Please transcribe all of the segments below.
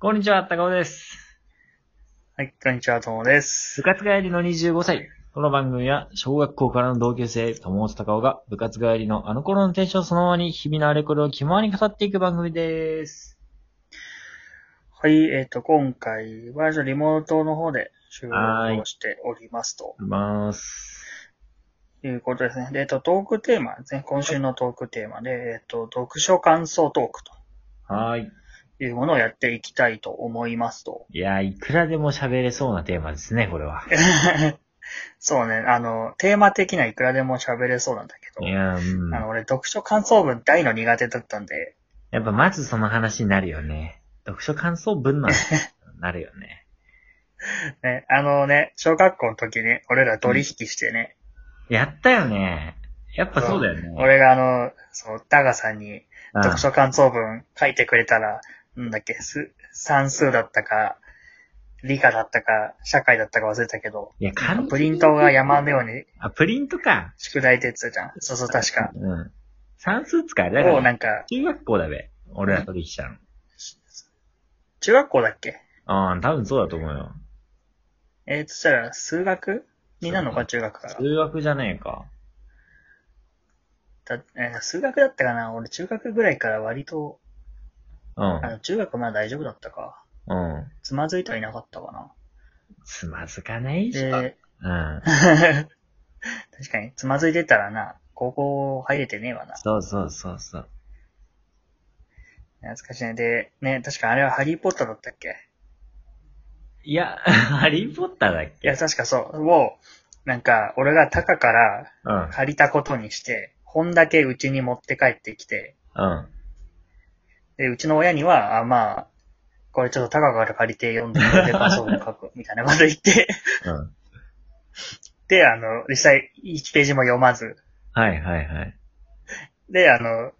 こんにちは、高尾です。はい、こんにちは、ともです部。活帰りの25歳。この番組は、小学校からの同級生、友達高尾が、部活帰りのあの頃のテンションそのままに、日々のあれこれを気ままに語っていく番組です。はい、えっ、と、今回は、じゃあリモートの方で収録をしておりますとます。いうことですね。で、えっ、と、トークテーマですね。今週のトークテーマで、えっ、と、読書感想トークはーい。というものをやっていきたいと思いますと。 いやー、いくらでも喋れそうなテーマですね、これは。そうね、あの、テーマ的にはいくらでも喋れそうなんだけどい、やー、うんあ。の、俺、読書感想文大の苦手だったんで、やっぱまずその話になるよね。読書感想文 の話になるよね。ね、あのね、小学校の時に、俺ら取引してね、やったよね。やっぱそうだよね。俺があの、そう、ダガさんに、うん読書感想文書いてくれたら、なんだっけ、す算数だったか、理科だったか、社会だったか忘れたけど、いや、簡単プリントが山のようにあ、プリントか。宿題って言ってたじゃん。そうそう、確か。うん。算数使あれだもよう。なんか、中学校だべ。俺ら取引したの。中学校だっけああ、多分そうだと思うよ。えー、そしたら、数学になるのそうか、中学から。数学じゃねえか。だえー数学だったかな俺、中学ぐらいから割と、あの、中学まだ大丈夫だったか。うん。うん。つまずいてはいなかったかな。つまずかないし。うん。で、 確かに、つまずいてたらな、高校入れてねえわな。そうそうそうそう。懐かしいね。で、ね、確かあれはハリーポッターだったっけいや、 ハリーポッターだっいけや、確かそう。を、なんか、俺がタカからうん。うん。借りたことにして、本だけうちに持って帰ってきて、あで、うちの親には、あ、まあ、これちょっとタカから借りて読んでくれて感想を書く、 みたいなこと言って、うん。で、あの、実際、1ページも読まず、はいはいはい。で、あの、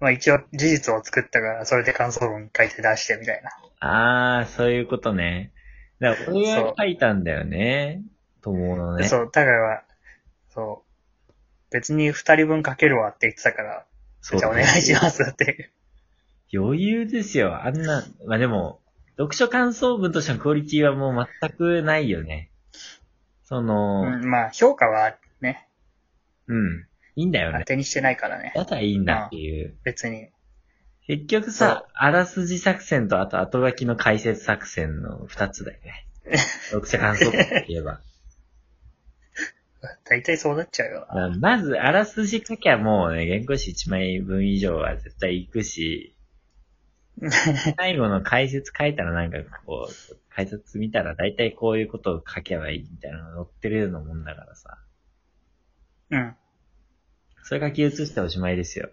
まあ一応事実を作ったから、それで感想文書いて出して、みたいな。ああ、そういうことね。だから俺そがう書いたんだよね。と思うのでね。そう、タカは、そう、別に2人分書けるわって言ってたから、そうじゃあお願いしますって。余裕ですよ。あんな、まあ、でも、読書感想文としてのクオリティはもう全くないよね。その、うん、まあ、評価はね、うん、いいんだよ当ね。てにしてないからね。だからいいんだっていう。別に。結局さ、あらすじ作戦とあと後書きの解説作戦の二つだよね。読書感想文といえば。大体そうなっちゃうよな。まあまず、あらすじ書きゃもうね、原稿紙1枚分以上は絶対行くし、最後の解説書いたらなんかこう、解説見たら大体こういうことを書けばいいみたいなのが載ってるようなもんだからさ。うん。それ書き写しておしまいですよ。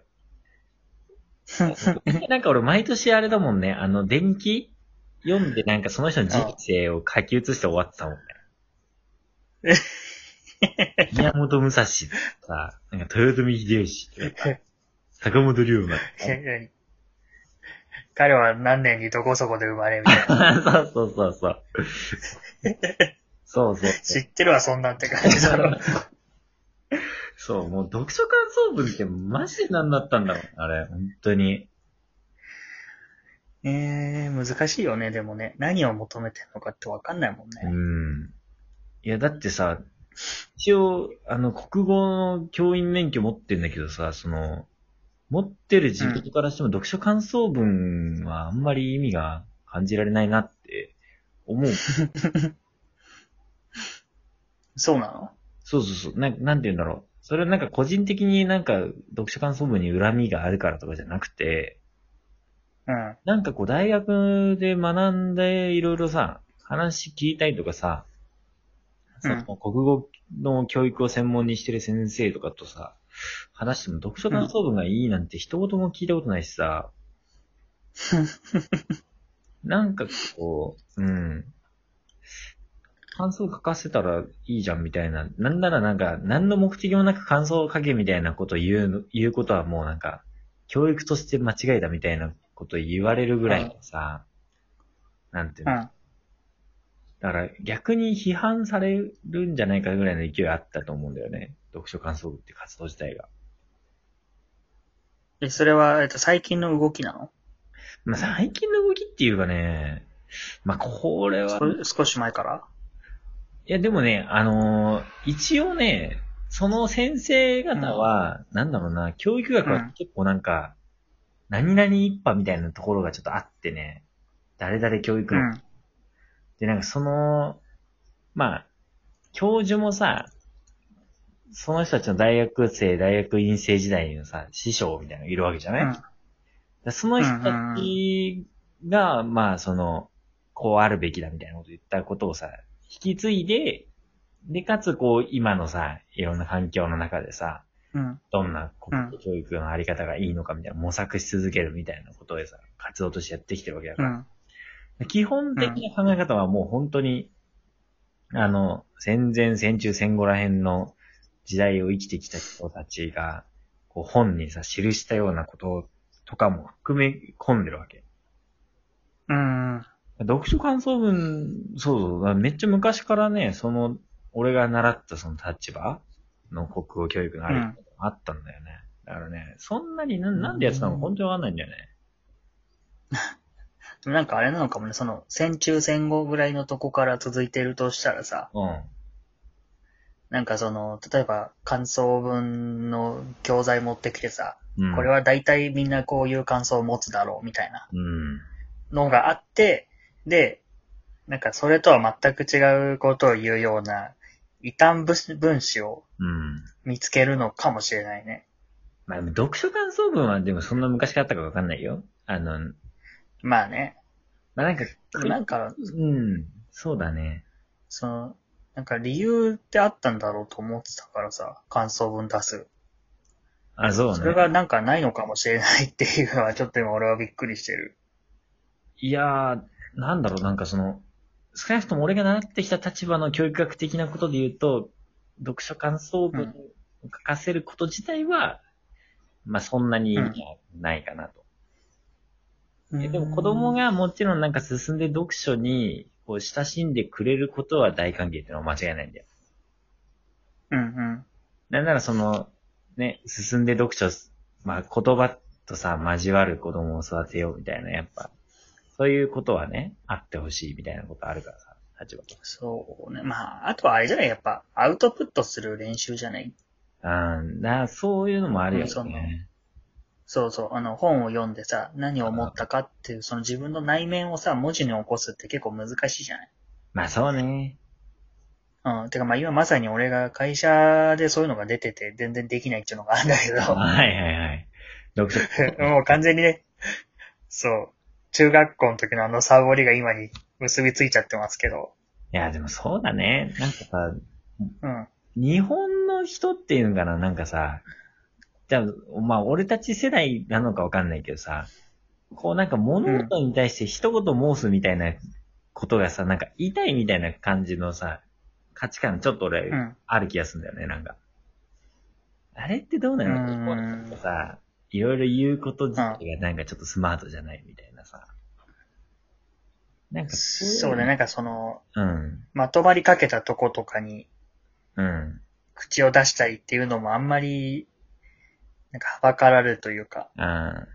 なんか俺毎年あれだもんね、あの、電気読んでなんかその人の人生を書き写して終わってたもんね。宮本武蔵とか、なんか豊臣秀吉とか、坂本龍馬とか。彼は何年にどこそこで生まれみた いな。そうそうそうそう。そうそう。知ってるわ、そんなんって感じだろ。そう、もう読書感想文ってマジで何だったんだろう。あれ、本当に。えー、難しいよね、でもね。何を求めてるのかってわかんないもんうね。ん。いや、だってさ、一応、あの、国語の教員免許持ってんだけどさ、その、持ってる自分からしても読書感想文はあんまり意味が感じられないなって思う。そうなのそうそうそう。な、なんて言うんだろう。それはなんか個人的になんか読書感想文に恨みがあるからとかじゃなくて、うん。なんかこう大学で学んでいろいろさ、話聞いたりとかさ、そうんの国語の教育を専門にしてる先生とかとさ、話しても読書感想文がいいなんて一言も聞いたことないし さ、なんかこう、うん。感想を書かせたらいいじゃんみたいな。なんならなんか、何の目的もなく感想を書けみたいなことを言うの、言うことはもうなんか、教育として間違いだみたいなこと言われるぐらいのさ、なんていううの、ん。だから逆に批判されるんじゃないかぐらいの勢いあったと思うんだよね。読書感想文って活動自体が。え、それは、えっと、最近の動きなのまあ、最近の動きっていうかね、まあ、これは、そ少し前からいや、でもね、あのー一応ね、その先生方は、なんだろうな、教育学うんは結構なんか、何々一派みたいなところがちょっとあってね、誰々教育う学、ん。で、なんかその、まあ、教授もさ、その人たちの大学生、大学院生時代のさ、師匠みたいなのがいるわけじゃない、うんでその人たちが、まあ、その、こうあるべきだみたいなこと言ったことをさ、引き継いで、で、かつ、こう、今のさ、いろんな環境の中でさ、うん。どんな国教育のあり方がいいのかみたいな、模索し続けるみたいなことでさ、活動としてやってきてるわけだうから。ん。基本的な考え方はもう本当に、あの、戦前、戦中、戦後ら辺の時代を生きてきた人たちが、こう本にさ、記したようなこととかも含め込んでるわけ。うん。読書感想文、そうそう、だからめっちゃ昔からね、その、俺が習ったその立場の国語教育のあり方もあったんだよね。だからね、そんなにななんでやってたのか本当にわかんないんだよね。でもなんかあれなのかもね、その、戦中戦後ぐらいのとこから続いてるとしたらさ、うん。なんかその、例えば、感想文の教材持ってきてさ、うん、これは大体みんなこういう感想を持つだろうみたいなうん。のがあって、で、なんかそれとは全く違うことを言うような異端分子をうん。見つけるのかもしれないね。まあ、でも読書感想文はでもそんな昔からあったかわかんないよ。あの、まあね。まあ、なんか、でもなんか、うん、そうだね。その、なんか理由ってあったんだろうと思ってたからさ、感想文出す。あ、そうね。それがなんかないのかもしれないっていうのはちょっと今俺はびっくりしてる。いやー、なんだろう、なんかその、少なくとも俺が習ってきた立場の教育学的なことで言うと、読書感想文を書かせること自体は、まあそんなに意味はないかなと。えでも子供がもちろんなんか進んで読書にこう親しんでくれることは大歓迎っていうのは間違いないんだよ。うんうん。なんならその、ね、進んで読書、まあ言葉とさ、交わる子供を育てようみたいな、やっぱ、そういうことはね、あってほしいみたいなことあるからさ、立場と。そうね。まあ、あとはあれじゃないやっぱ、アウトプットする練習じゃないうん、な、そういうのもあるようんそうねね。そうそう、あの、本を読んでさ、何を思ったかっていう、その自分の内面をさ、文字に起こすって結構難しいじゃないまあそうね。うん。てかまあ今まさに俺が会社でそういうのが出てて、全然できないっていうのがあるんだけはいはいはい。読書。ど、もう完全にね、そう、中学校の時のあのサボりが今に結びついちゃってますけど、いや、でもそうだね。なんかさ、うん。日本の人っていうのかな、なんかさ、じゃあ、まあ、俺たち世代なのかわかんないけどさ、こうなんか物事に対して一言申すみたいなことがさ、なんか言いたいみたいな感じのさ、価値観ちょっと俺、うん。ある気がするんだよね、なんか。あれってどうなのうーん日本の人ってさ、いろいろ言うこと自体がなんかちょっとスマートじゃないみたいなさ。なんかいのそうね、。なんかその、うん。まとまりかけたとことかにうん。口を出したりっていうのもあんまり、なんかはばかられるというか、ああ。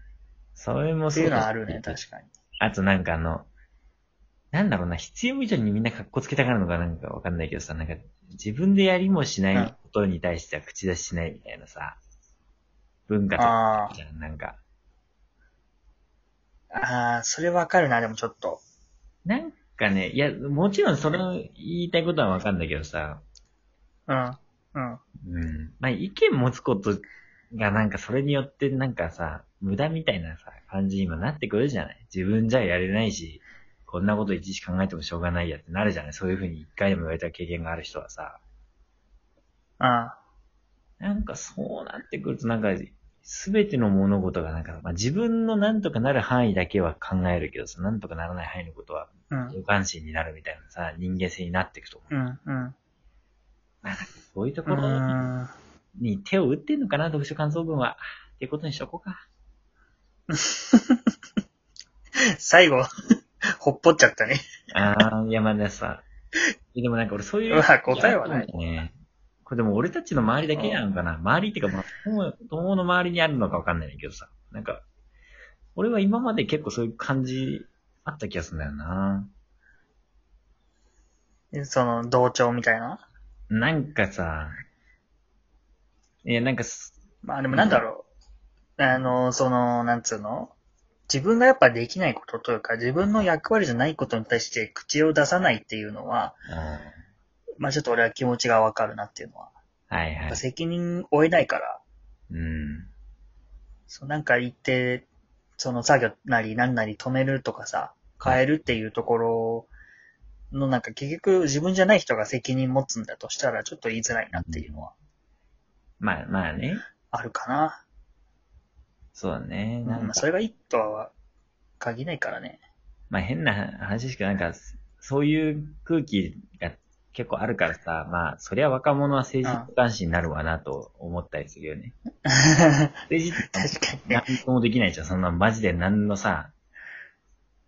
それもってそいううのだしはあるね、確かに。あとなんかあの、なんだろうな、必要以上にみんな格好つけたがるのかなんかわかんないけどさ、なんか自分でやりもしないことに対しては口出ししないみたいなさ、文化とかああじ。ゃん、なんか。ああ、それわかるな、でもちょっと。なんかね、いや、もちろんその言いたいことはわかんだけどさ、うん。うん。うん。まあ意見持つことがなんかそれによってなんかさ、無駄みたいなさ、感じに今なってくるじゃない自分じゃやれないし、こんなこといちいち考えてもしょうがないやってなるじゃないそういうふうに一回でも言われた経験がある人はさ。あなんかそうなってくると、なんか、すべての物事がなんか、まあ、自分のなんとかなる範囲だけは考えるけどさ、なんとかならない範囲のことは、あ。うん。無関心になるみたいなさ、人間性になっていくと思う。うん。うん。そういうとこうろーん。に手を打ってんのかな、読書感想文は。ってことにしとこうか。 最後、 ほっぽっちゃったね。あー、いや、まださ。でもなんか俺そういう。うわ答えはないね。これでも俺たちの周りだけなのかな周りっていうか、まあ、友友の周りにあるのかわかんないけどさ。なんか、俺は今まで結構そういう感じあった気がするんだよな。えその、同調みたいな。なんかさ、いや、なんかす、まあでもなんだろう。あの、その、なんつうの自分がやっぱできないことというか、自分の役割じゃないことに対して口を出さないっていうのは、まあちょっと俺は気持ちがわかるなっていうのは。はいやはっいぱ。責任負えないから、うん。そうなんか言って、その作業なり何なり止めるとかさ、変えるっていうところのなんか結局自分じゃない人が責任持つんだとしたらちょっと言いづらいなっていうのはまあまあね。あるかな。そうだね。なんまあか、それがいいとは限らないからね。 まあ変な話しかなんか、そういう空気が結構あるからさ、まあ、そりゃ若者は政治男子になるわなと思ったりするよね。確政治ってかにね。何ともできないじゃん。そんなマジで何のさ、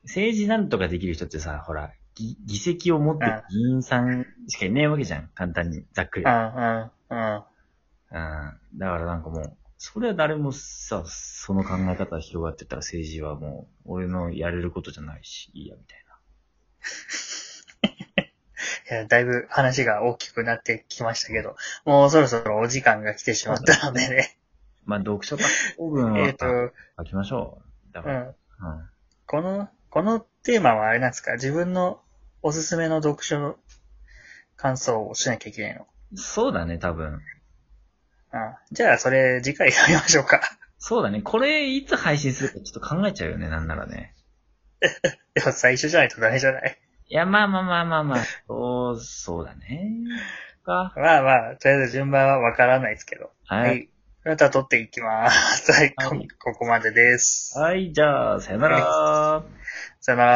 政治なんとかできる人ってさ、ほら、議議席を持ってる議員さんしかいないわけじゃん。簡単に、ざっくりう。んうんうん。うんだからなんかもう、それは誰もさ、その考え方が広がってたら政治はもう、俺のやれることじゃないし、いいや、みたいいやだいぶ話が大きくなってきましたけど、もうそろそろお時間が来てしまったのでね。な。まあ、読書感想文えはっと、う書きましょう。だから、ん。うん。この、このテーマはあれなんですか自分のおすすめの読書の感想をしなきゃいけないの。そうだね、多分。あじゃあ、それ次回やりましょうか。 そうだね。これ、いつ配信するかちょっと考えちゃうよね、なんならね。でも最初じゃないとダメじゃない。いや、まあまあまあまあまあ、そう、そうだね。か。まあまあ、とりあえず順番はわからないですけど。はい。い。また取っていきます。はい、はこいここまでです。はい、じゃあ、さよなら。さよなら。